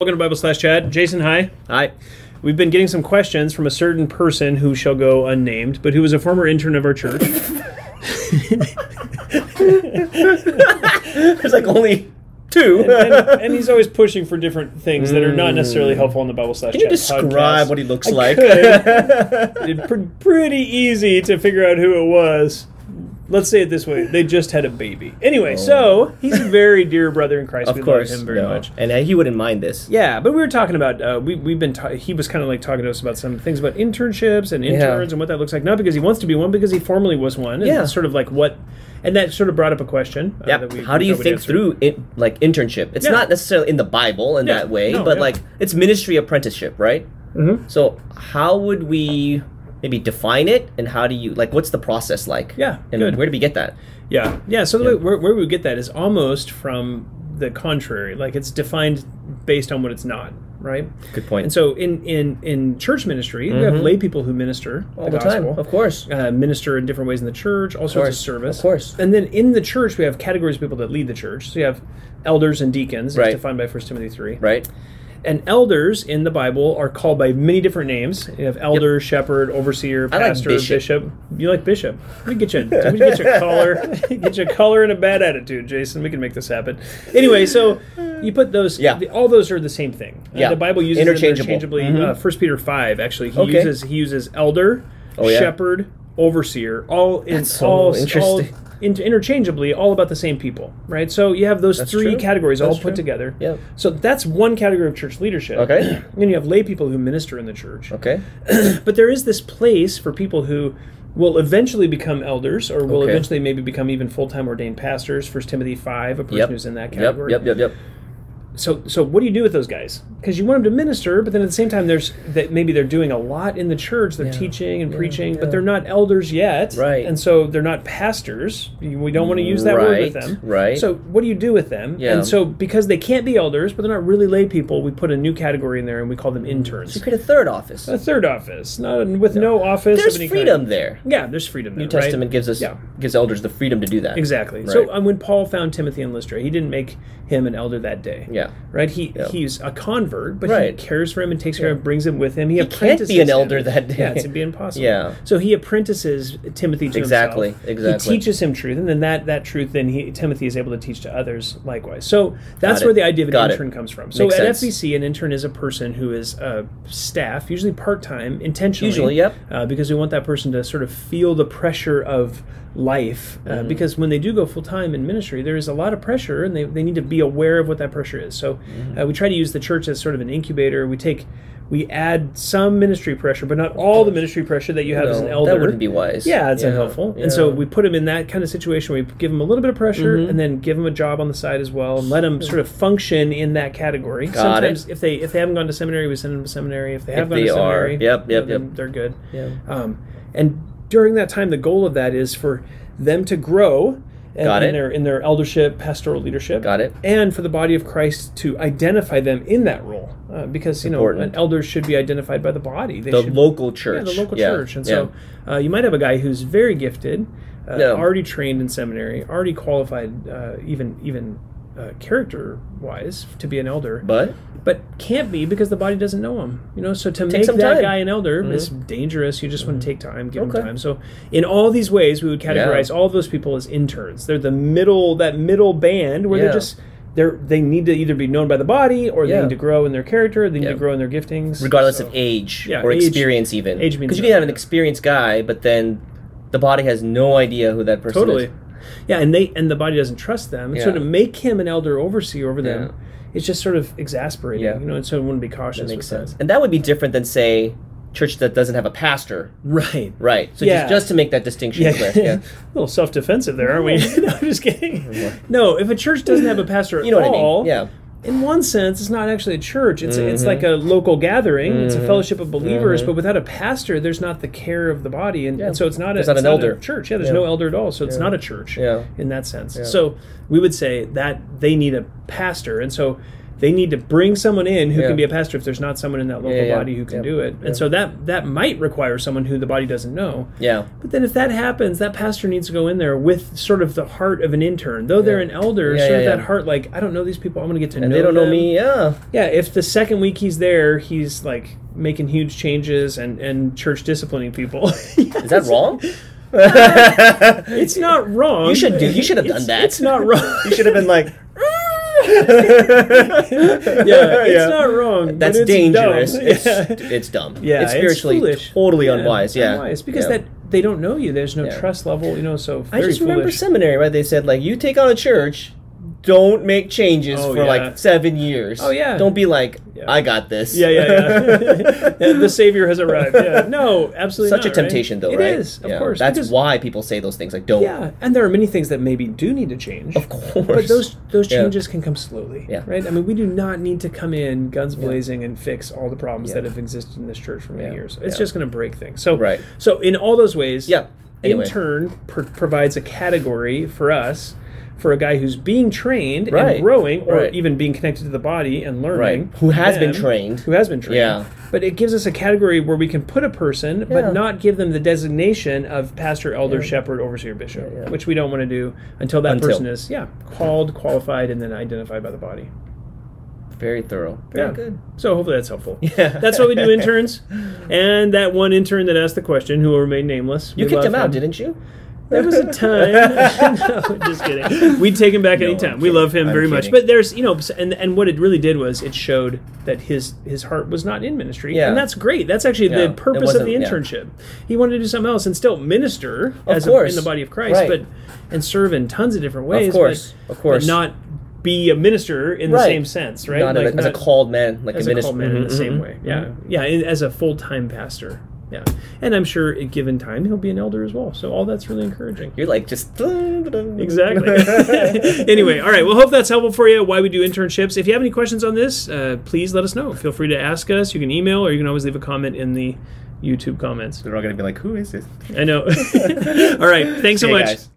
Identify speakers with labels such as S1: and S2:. S1: Welcome to Bible slash chat. Jason, hi.
S2: Hi.
S1: We've been getting some questions from a certain person who shall go unnamed, but who was a former intern of our church.
S2: There's like only two.
S1: and, and he's always pushing for different things that are not necessarily helpful on the Bible slash
S2: Mm. Can you
S1: chat.
S2: describe what he looks like?
S1: It pre- pretty easy to figure out who it was. Let's say it this way: they just had a baby. Anyway, so he's a very dear brother in Christ. we
S2: Oh. of course,
S1: love him very
S2: no.
S1: much.
S2: And uh, he wouldn't mind this.
S1: Yeah, but we were talking about uh, we we've been ta- he was kind of like talking to us about some things about internships and interns and what that looks like. Not because he wants to be one, because he formerly was one. And
S2: Yeah.
S1: sort of like what, and that sort of brought up a question. uh,
S2: Yeah.
S1: that we-
S2: How do you
S1: nobody
S2: think
S1: answered.
S2: through it, like internship? It's
S1: Yeah.
S2: not necessarily in the Bible in
S1: Yeah.
S2: that way,
S1: No,
S2: but
S1: yeah.
S2: like it's ministry apprenticeship, right? Mm-hmm. So how would we maybe define it, and how do you like what's the process like?
S1: Yeah,
S2: And
S1: good.
S2: where do we get that?
S1: Yeah, yeah. So the way, where where we get that is almost from the contrary. Like it's defined based on what it's not, right?
S2: Good point. Mm-hmm.
S1: And so in in in church ministry, we have lay people who minister
S2: all the time,
S1: gospel.
S2: of course.
S1: uh, minister in different ways in the church, all sorts of
S2: course,
S1: service.
S2: of course.
S1: And then in the church, we have categories of people that lead the church. So you have elders and deacons, as
S2: Right.
S1: defined by 1 Timothy 3.
S2: Right.
S1: And elders in the Bible are called by many different names. You have elder, shepherd, overseer,
S2: like
S1: pastor,
S2: bishop.
S1: You like bishop. We get you, we get you a color, get you a color and a bad attitude, Jason. We can make this happen. Anyway, so you put those.
S2: Yeah.
S1: the- all those are the same thing. Uh,
S2: Yeah.
S1: the Bible uses them
S2: Interchangeable. Mm-hmm.
S1: interchangeably. Uh, First Peter five actually. He
S2: Okay.
S1: uses he uses elder,
S2: Oh, yeah.
S1: shepherd, overseer, all in
S2: That's so
S1: all
S2: interesting.
S1: all inter- interchangeably, all about the same people, right? So you have those three
S2: true.
S1: categories all
S2: That's
S1: put
S2: true.
S1: together.
S2: Yeah.
S1: So that's one category of church leadership.
S2: Okay.
S1: Then you have lay people who minister in the church.
S2: Okay.
S1: But there is this place for people who will eventually become elders or will
S2: Okay.
S1: eventually maybe become even full-time ordained pastors. First Timothy 5, a person
S2: Yep.
S1: who's in that
S2: Yep.
S1: category.
S2: Yep. Yep. Yep.
S1: So so what do you do with those guys? Because you want them to minister, but then at the same time there's that maybe they're doing a lot in the church, they're teaching and preaching, but they're not elders yet.
S2: Right.
S1: And so they're not pastors. We don't want to use that word with
S2: Right,
S1: them.
S2: right.
S1: So what do you do with them?
S2: Yeah.
S1: And so because they can't be elders, but they're not really lay people, we put a new category in there and we call
S2: Mm.
S1: them interns.
S2: You create a third office.
S1: A third office, not with no office. of
S2: There's
S1: any
S2: freedom
S1: Kind.
S2: there.
S1: Yeah, there's freedom. There,
S2: New Testament
S1: right?
S2: gives us
S1: Yeah.
S2: gives elders the freedom to do that.
S1: Exactly. So
S2: Right.
S1: um, when Paul found Timothy in Lystra, he didn't make him an elder that day.
S2: Yeah.
S1: Right. He
S2: Yeah.
S1: he's a convert, but
S2: Right.
S1: he cares for him and takes care of him, brings him with him. He,
S2: He can't
S1: apprentices
S2: be an
S1: him.
S2: elder that day.
S1: Yeah, it'd be impossible.
S2: Yeah.
S1: So he apprentices Timothy to
S2: Exactly,
S1: himself.
S2: exactly.
S1: He teaches him truth, and then that that truth, then he Timothy is able to teach to others likewise. So that's
S2: Got it.
S1: where the idea of an
S2: Got it.
S1: intern comes from. So
S2: Makes
S1: at
S2: sense.
S1: FBC, an intern is a person who is uh, staff, usually part time, intentionally.
S2: Usually, yep.
S1: Uh, because we want that person to sort of feel the pressure of life. Uh,
S2: Mm-hmm.
S1: Because when they do go full time in ministry, there is a lot of pressure, and they, they need to be aware of what that pressure is. So
S2: Mm-hmm.
S1: uh, we try to use the church as sort of an incubator. We take we add some ministry pressure, but not all the ministry pressure that you have as an
S2: No,
S1: elder.
S2: that wouldn't be wise.
S1: Yeah, it's unhelpful. And so we put him in that kind of situation where we give him a little bit of pressure
S2: Mm-hmm.
S1: and then give him a job on the side as well and let him sort of function in that category. Sometimes if they if they haven't gone to seminary, we send them to seminary. If they have gone
S2: they
S1: to
S2: are-
S1: seminary,
S2: yep, yep,
S1: then
S2: yep.
S1: they're good.
S2: Yeah.
S1: Um, and during that time, the goal of that is for them to grow. and-
S2: Got
S1: in
S2: it.
S1: their in their eldership, pastoral leadership.
S2: Got it.
S1: And for the body of Christ to identify them in that role, uh, because you know
S2: Important.
S1: an elder should be identified by the body. They
S2: The
S1: should
S2: local church.
S1: yeah, the local
S2: Yeah,
S1: church. And
S2: yeah.
S1: so uh, you might have a guy who's very gifted, uh,
S2: Yeah.
S1: already trained in seminary, already qualified, uh, even even uh, character wise, to be an elder,
S2: but
S1: but can't be because the body doesn't know him. You know, so to make
S2: some
S1: that
S2: time. Mm-hmm.
S1: guy an elder is dangerous. You just want to take time, give
S2: Okay.
S1: him time. So in all these ways, we would categorize all of those people as interns. They're the middle that middle band where
S2: Yeah.
S1: they're just. They're, they need to either be known by the body or
S2: Yeah.
S1: they need to grow in their character, they need
S2: Yeah.
S1: to grow in their giftings.
S2: regardless
S1: So-
S2: of age
S1: Yeah,
S2: or
S1: age-
S2: experience even
S1: age means
S2: because you can have an
S1: nothing.
S2: experienced guy but then the body has no idea who that person
S1: totally
S2: is
S1: yeah and they and the body doesn't trust them so
S2: Yeah.
S1: to make him an elder overseer over them
S2: Yeah.
S1: it's just sort of exasperating
S2: Yeah.
S1: you know and so we want to be cautious
S2: makes
S1: with that.
S2: sense and that would be different than say church that doesn't have a pastor
S1: right
S2: right so
S1: Yeah.
S2: just, just to make that distinction
S1: yeah,
S2: clear yeah
S1: a little self-defensive there aren't we no i'm just kidding no if a church doesn't have a pastor at
S2: you know what i
S1: all
S2: mean yeah
S1: in one sense it's not actually a church it's it's like
S2: Mm-hmm.
S1: a local gathering it's a fellowship of believers but without a pastor there's not the care of the body and, and so it's not a,
S2: There's not
S1: it's
S2: an
S1: a
S2: elder.
S1: church yeah there's no elder at all so it's not a church
S2: Yeah.
S1: in that sense so we would say that they need a pastor and so they need to bring someone in who
S2: Yeah.
S1: can be a pastor if there's not someone in that local
S2: Yeah, yeah.
S1: body who can
S2: Yep.
S1: do it. And so that that might require someone who the body doesn't know.
S2: Yeah.
S1: But then if that happens, that pastor needs to go in there with sort of the heart of an intern. Though they're an
S2: Yeah.
S1: elder,
S2: Yeah,
S1: sort of
S2: yeah,
S1: that
S2: yeah.
S1: heart like, I don't know these people, I'm gonna get to
S2: And
S1: know
S2: they don't know
S1: them."
S2: me. Yeah.
S1: Yeah, if the second week he's there, he's like making huge changes and, and church disciplining people.
S2: Is that wrong?
S1: It's not wrong.
S2: You should do- you should have done
S1: It's-
S2: that.
S1: It's not wrong.
S2: you should have been like.
S1: yeah, it's not wrong. but
S2: That's
S1: it's
S2: dangerous.
S1: dumb.
S2: It's,
S1: Yeah.
S2: it's dumb.
S1: Yeah,
S2: it's spiritually
S1: foolish.
S2: totally unwise. Yeah,
S1: unwise, because
S2: Yeah.
S1: that they don't know you. There's no
S2: Yeah.
S1: trust level, you know. So
S2: I
S1: very
S2: just remember
S1: foolish.
S2: seminary, right? They said like, you take on a church, don't make changes
S1: Oh,
S2: for
S1: yeah.
S2: like seven years.
S1: Oh, yeah.
S2: Don't be like,
S1: Yeah.
S2: I got this.
S1: Yeah, yeah, yeah. Yeah, the savior has arrived. Yeah, no, absolutely.
S2: Such
S1: not,
S2: a temptation,
S1: right?
S2: though, right?
S1: It is, of
S2: Yeah.
S1: course.
S2: That's
S1: because-
S2: why people say those things. Like, don't.
S1: Yeah, and there are many things that maybe do need to change.
S2: Of course.
S1: But those those
S2: Yeah.
S1: changes can come slowly,
S2: Yeah.
S1: right? I mean, we do not need to come in guns blazing and fix all the problems
S2: Yeah.
S1: that have existed in this church for many
S2: Yeah.
S1: years. It's
S2: Yeah.
S1: just going to break things. So,
S2: Right.
S1: So, in all those ways,
S2: Yeah. Anyway.
S1: intern pr- provides a category for us for a guy who's being trained
S2: Right.
S1: and growing, or
S2: Right.
S1: even being connected to the body and learning.
S2: Right. Who has been
S1: them-
S2: trained.
S1: Who has been trained?
S2: Yeah.
S1: But it gives us a category where we can put a person,
S2: Yeah.
S1: but not give them the designation of pastor, elder, shepherd, overseer, bishop,
S2: Yeah, yeah.
S1: which we don't want to do until that
S2: Until.
S1: person is yeah called, qualified, and then identified by the body.
S2: Very thorough. Very
S1: Yeah.
S2: good.
S1: So hopefully that's helpful.
S2: Yeah.
S1: That's what we do, interns. And that one intern that asked the question, who will remain nameless,
S2: You
S1: we
S2: kicked
S1: love
S2: him out,
S1: him.
S2: didn't you?
S1: There was a time. no, just kidding. We'd take him back
S2: No, I'm
S1: anytime. We
S2: kidding.
S1: love him
S2: I'm
S1: very much.
S2: kidding.
S1: But there's, you know, and and what it really did was it showed that his his heart was not in ministry,
S2: Yeah.
S1: and that's great. That's actually
S2: Yeah,
S1: the
S2: it
S1: purpose of the
S2: wasn't- yeah.
S1: internship. He wanted to do something else and still minister as a-
S2: course.
S1: in the body of Christ,
S2: Right.
S1: but and serve in tons of different ways.
S2: course.
S1: but,
S2: Of course.
S1: but not be a minister in the
S2: Right.
S1: same sense, right?
S2: Not,
S1: Like,
S2: as a
S1: not-
S2: called man, like
S1: as
S2: a
S1: a
S2: minister.
S1: called man in the
S2: Mhm,
S1: same
S2: mhm,
S1: way.
S2: mhm.
S1: Yeah, yeah, in- as a full time pastor. Yeah, and I'm sure at given time he'll be an elder as well. So all that's really encouraging.
S2: You're like just
S1: Exactly.
S2: exactly.
S1: anyway, all right. Well, hope that's helpful for you. Why we do internships. If you have any questions on this, uh, please let us know. Feel free to ask us. You can email, or you can always leave a comment in the YouTube comments.
S2: They're all gonna be like, who is this?
S1: I know. all right. Thanks so
S2: See ya,
S1: much.
S2: guys.